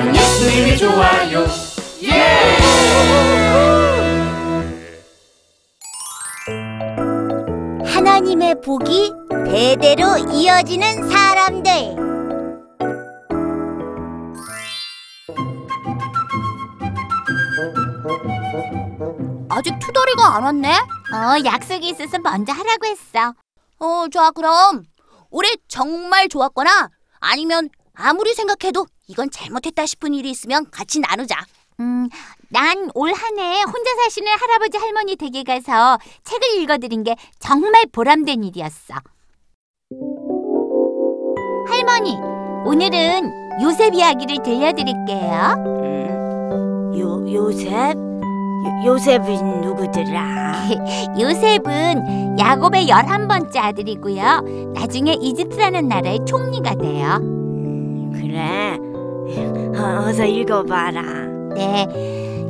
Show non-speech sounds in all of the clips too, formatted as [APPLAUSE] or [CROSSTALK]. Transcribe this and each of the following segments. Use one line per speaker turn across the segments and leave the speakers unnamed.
기분이 좋아요. 예!
하나님의 복이 대대로 이어지는 사람들. 아직 투덜이가 안 왔네? 어, 약속이 있어서 먼저 하라고 했어. 어, 좋아, 그럼. 올해 정말 좋았거나 아니면 아무리 생각해도 이건 잘못했다 싶은 일이 있으면 같이 나누자. 음, 난 올 한 해 혼자 사시는 할아버지 할머니 댁에 가서 책을 읽어드린 게 정말 보람된 일이었어. 할머니, 오늘은 요셉 이야기를 들려드릴게요.
요, 요셉? 요, 요셉은 누구더라?
요셉은 야곱의 열한 번째 아들이고요. 나중에 이집트라는 나라의 총리가 돼요.
그래 어, 어서 읽어봐라
네,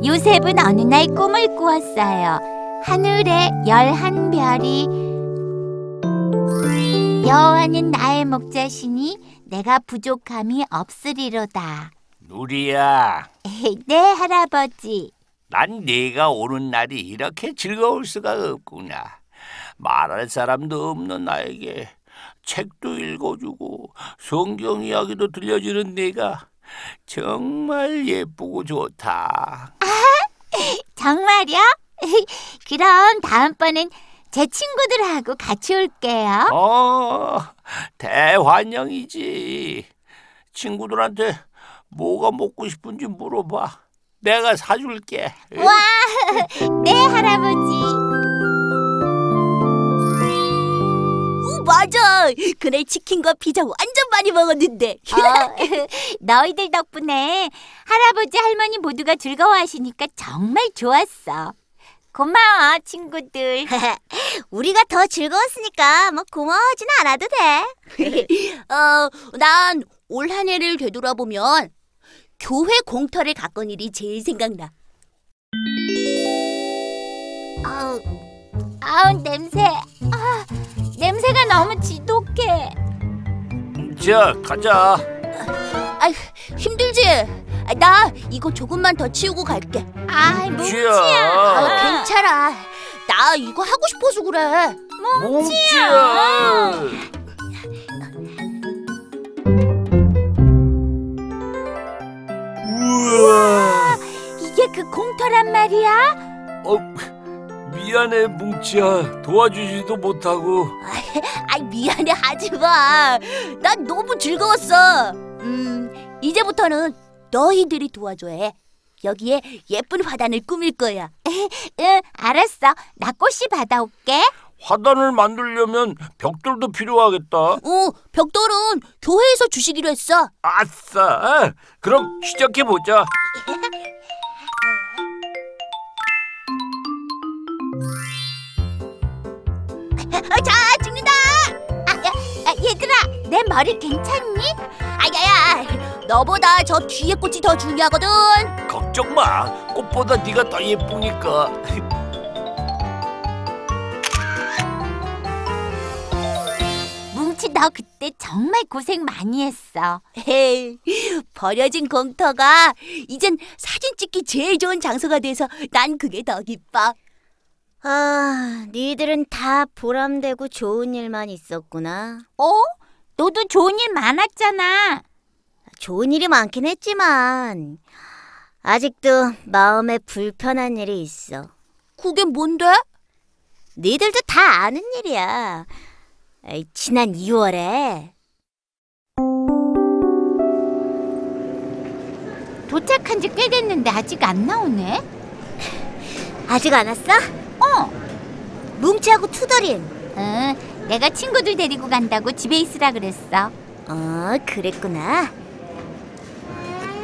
요셉은 어느 날 꿈을 꾸었어요. 하늘에 열한 별이 여호와는 나의 목자시니 내가 부족함이 없으리로다. [LAUGHS]
누리야,
네, 할아버지.
난 네가 오는 날이 이렇게 즐거울 수가 없구나. 말할 사람도 없는 나에게 책도 읽어주고 성경 이야기도 들려주는 네가 정말 예쁘고 좋다.
정말요? [LAUGHS] 그럼 다음번엔 제 친구들하고 같이 올게요.
어, 대환영이지. 친구들한테 뭐가 먹고 싶은지 물어봐. 내가 사줄게.
와, 네 할아버지.
오, 맞아 그날 치킨과 피자 완전 많이 먹었는데
어, [LAUGHS] 너희들 덕분에 할아버지 할머니 모두가 즐거워하시니까 정말 좋았어. 고마워 친구들. [LAUGHS]
우리가 더 즐거웠으니까 뭐 고마워하진 않아도 돼 [LAUGHS] 어, 난 올 한 해를 되돌아보면 교회 공터를 가꾼 일이 제일 생각나
아우, 어, 아우 냄새. 아, 냄새가 너무 지독해.
자, 가자.
힘들지? 나 이거 조금만 더 치우고 갈게
아,
뭉치야.
뭉치야.
뭐 괜찮아. 나 이거 하고 싶어서 그래.
뭉치야. 우와.
이게 그 공터란 말이야?
어, 미안해 뭉치야. 도와주지도 못하고.
아이 미안해 [LAUGHS] 하지 마. 난 너무 즐거웠어. 음 이제부터는 너희들이 도와줘야 해. 여기에 예쁜 화단을 꾸밀 거야. [LAUGHS]
응, 알았어. 나 꽃이 받아올게.
화단을 만들려면 벽돌도 필요하겠다.
어 벽돌은 교회에서 주시기로 했어. [LAUGHS]
아싸. 그럼 시작해 보자.
아, 자, 죽는다. 아, 야, 야, 얘들아, 내 머리 괜찮니?
아, 아야야 너보다 저 뒤에 꽃이 더 중요하거든.
걱정 마. 꽃보다 네가 더 예쁘니까.
뭉치 너 그때 정말 고생 많이 했어.
헤이 버려진 공터가 이젠 사진 찍기 제일 좋은 장소가 돼서 난 그게 더 기뻐.
아, 니들은 다 보람되고 좋은 일만 있었구나.
어? 너도 좋은 일 많았잖아.
좋은 일이 많긴 했지만 아직도 마음에 불편한 일이 있어.
그게 뭔데?
니들도 다 아는 일이야. 에이, 지난 2월에
도착한 지 꽤 됐는데 아직 안 나오네.
아직 안 왔어?
어.
뭉치하고 투덜인.
응, 어, 내가 친구들 데리고 간다고 집에 있으라 그랬어.
어, 그랬구나.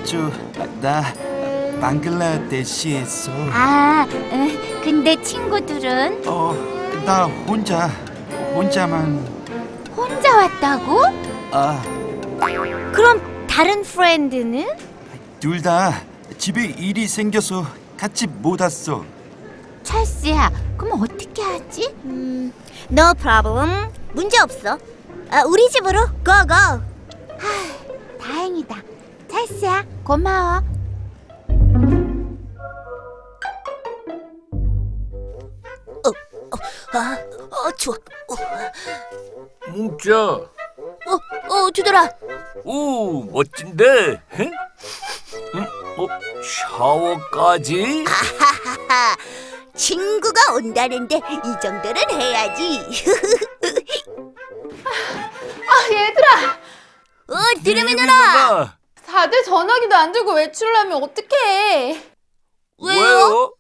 저, 나 방글라데시에서
아, 응, 근데 친구들은
어, 나 혼자 혼자만
혼자 왔다고?
아,
그럼 다른 프렌드는?
둘 다 집에 일이 생겨서 같이 못 왔어.
찰스야, 그럼 어떻게 하지?
음, no problem. 문제 없어. 아, 우리 집으로 고고.
다행이다. 찰스야, 고마워. 어, 아, 어, 추워. 어,
뭉자.
어, 어, 두더라.
오 멋진데. 응? 음, 어 샤워까지?
아, 하하하. 친구가 온다는데 이 정도는 해야지. [LAUGHS]
아 얘들아
어, 드림이
네,
누나.
누나.
다들 전화기도 안 들고 외출을 하면 어떡해
왜요?
왜요?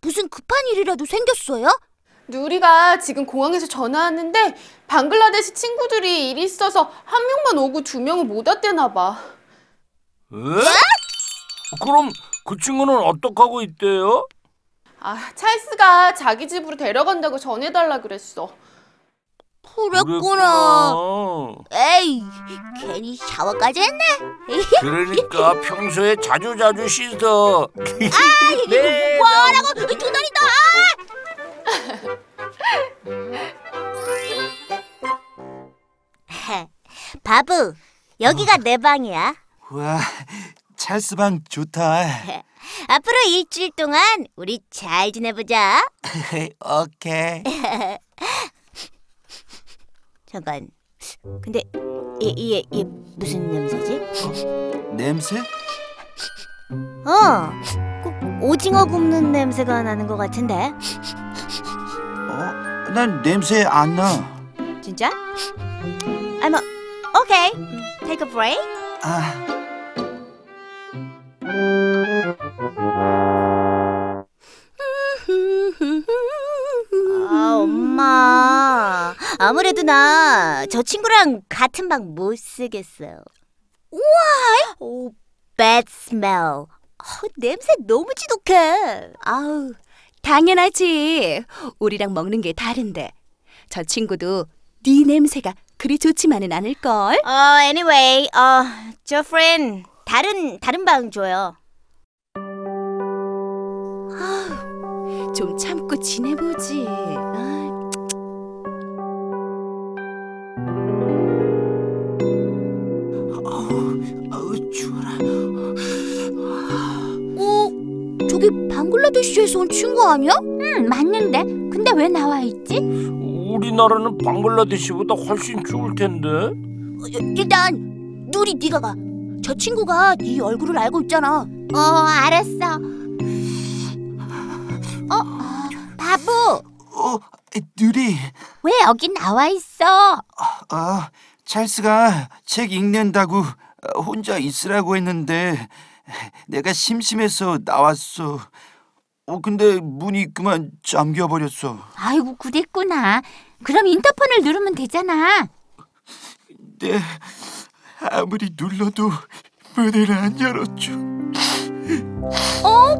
무슨 급한 일이라도 생겼어요?
누리가 지금 공항에서 전화 왔는데 방글라데시 친구들이 일이 있어서 한 명만 오고 두 명은 못 왔대나 봐
에? 그럼 그 친구는 어떡하고 있대요?
아, 찰스가 자기 집으로 데려간다고 전해달라 그랬어.
그랬구나. 에이, 괜히 샤워까지
[LAUGHS]
했네. [LAUGHS]
그러니까 평소에 자주 자주 씻어. 네.
아, 뭐라고 두더리다.
[LAUGHS] 바브, 여기가 내 방이야.
와, 찰스 방
[LAUGHS]
좋다.
앞으로 일주일 동안 우리 잘 지내보자.
오케이.
잠깐. 근데 얘, 얘, 얘 무슨 냄새지?
냄새?
어, 꼭 오징어 굽는 냄새가 나는 것 같은데.
어? 난 냄새 안 나.
진짜? I'm a... okay. Take a break.
아,
아, 엄마. 아무래도 나 저 친구랑 같은 방 못 쓰겠어. Why? 오, bad smell. 어, 냄새 너무 지독해.
아우, 당연하지. 우리랑 먹는 게 다른데. 저 친구도 네 냄새가 그리 좋지만은 않을 걸.
어, anyway, 어, 저 friend 다른 다른 방 줘요.
좀 참고 지내보지. 아,
아우 추워라.
어?
저기 방글라데시에서 온 친구 아니야? 응, 맞는데. 근데 왜 나와 있지?
우리나라는 방글라데시보다 훨씬 추울 텐데.
일단 누리 네가 가. 저 친구가 네 얼굴을 알고 있잖아.
어, 알았어. 어, 바보.
어, 누리.
왜 여기 나와 있어?
아, 찰스가 책 읽는다고 혼자 있으라고 했는데 내가 심심해서 나왔어. 어, 근데 문이 그만 잠겨 버렸어.
아이고, 그랬구나. 그럼 인터폰을 누르면 되잖아.
네, 아무리 눌러도 문을 안 열었죠.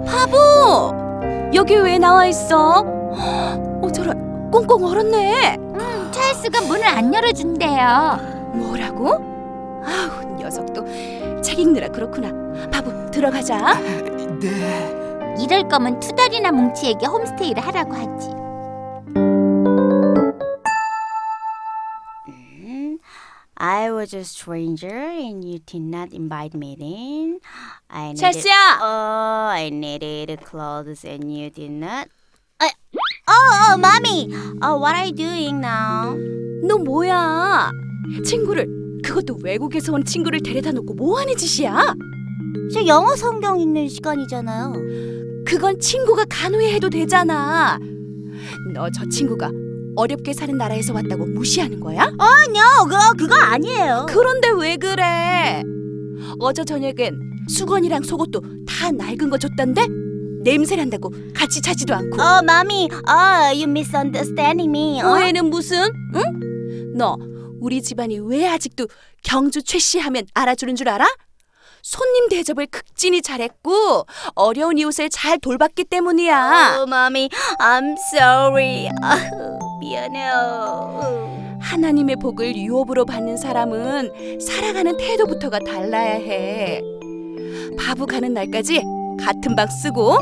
바보! 어! 여기 왜 나와 있어? 어, 저런, 꽁꽁 얼었네. 음, 찰스가 문을 안 열어준대요. 뭐라고? 아우, 녀석도 책 읽느라 그렇구나. 바보, 들어가자.
네.
이럴 거면 투덜이나 뭉치에게 홈스테이를 하라고 하지. 음,
I was a stranger and you did not invite me in. I needed,
찰스야.
Oh,
어,
I needed clothes and you did not. I, oh, oh, mommy. Oh, what are you doing now?
너 뭐야? 친구를, 그것도 외국에서 온 친구를 데려다 놓고 뭐하는 짓이야?
저 영어 성경 읽는 시간이잖아요.
그건 친구가 간호해 해도 되잖아. 너 저 친구가 어렵게 사는 나라에서 왔다고 무시하는 거야?
아니요, 그거 그거 아니에요.
그런데 왜 그래? 어제 저녁엔 수건이랑 속옷도 다 낡은 거 줬던데? 냄새난다고 같이 자지도 않고
Oh, mommy. Oh, you misunderstanding me.
어?
Oh,
오해는 무슨? 응? 너 우리 집안이 왜 아직도 경주 최씨 하면 알아주는 줄 알아? 손님 대접을 극진히 잘했고 어려운 이웃을 잘 돌봤기 때문이야
oh mommy. I'm sorry. 미안해요.
하나님의 복을 유업으로 받는 사람은 살아가는 태도부터가 달라야 해. 바보 가는 날까지 같은 방 쓰고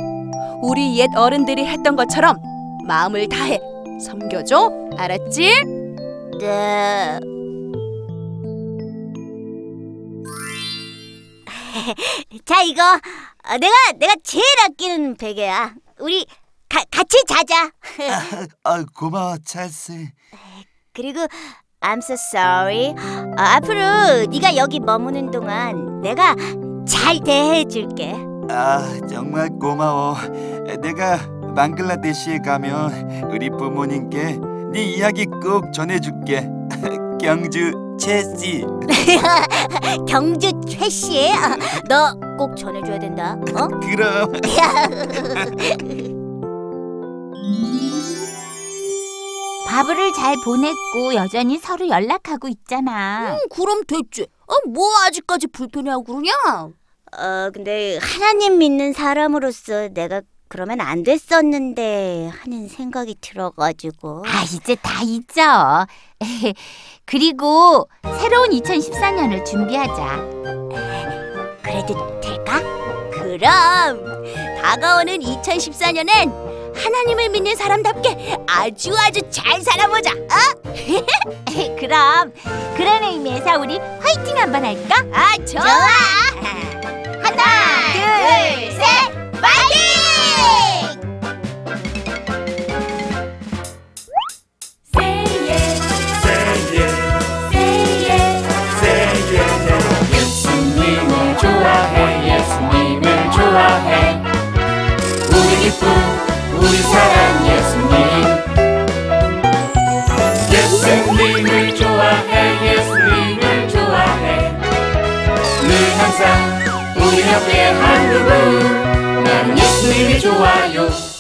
우리 옛 어른들이 했던 것처럼 마음을 다해 섬겨줘. 알았지?
네. [LAUGHS] 자 이거 어, 내가 내가 제일 아끼는 베개야. 우리
가, 같이 자자.
아, 고마워, 찰스.
그리고 I'm so sorry. 아, 앞으로 네가 여기 머무는 동안 내가 잘 대해 줄게.
아, 정말 고마워. 내가 방글라데시에 가면 우리 부모님께 네 이야기 꼭 전해줄게. [LAUGHS] 경주 첼시.
경주 최 씨, 너 꼭 전해줘야 된다. 어?
그럼.
바브를 잘 보냈고 여전히 서로 연락하고 있잖아.
그럼 됐지. 어, 뭐 아직까지 불편해하고 그러냐?
어, 근데 하나님 믿는 사람으로서 내가 그러면 안 됐었는데 하는 생각이 들어가지고.
아, 이제 다 잊어. [LAUGHS] 그리고 새로운 2014년을 준비하자.
그래도 될까?
그럼 다가오는 2014년엔 하나님을 믿는 사람답게 아주 아주 잘 살아보자.
어? [LAUGHS]
[LAUGHS] 그럼 그런 의미에서 우리 화이팅 한번 할까? 아, 좋아. [LAUGHS] 하나, 둘, 셋.
예수님을 좋아해 예수님을 좋아해 우리 기쁨 우리 사랑 예수님 예수님을 좋아해 예수님을 좋아해 늘 항상 우리 옆에 한 그분 나는 예수님이 좋아요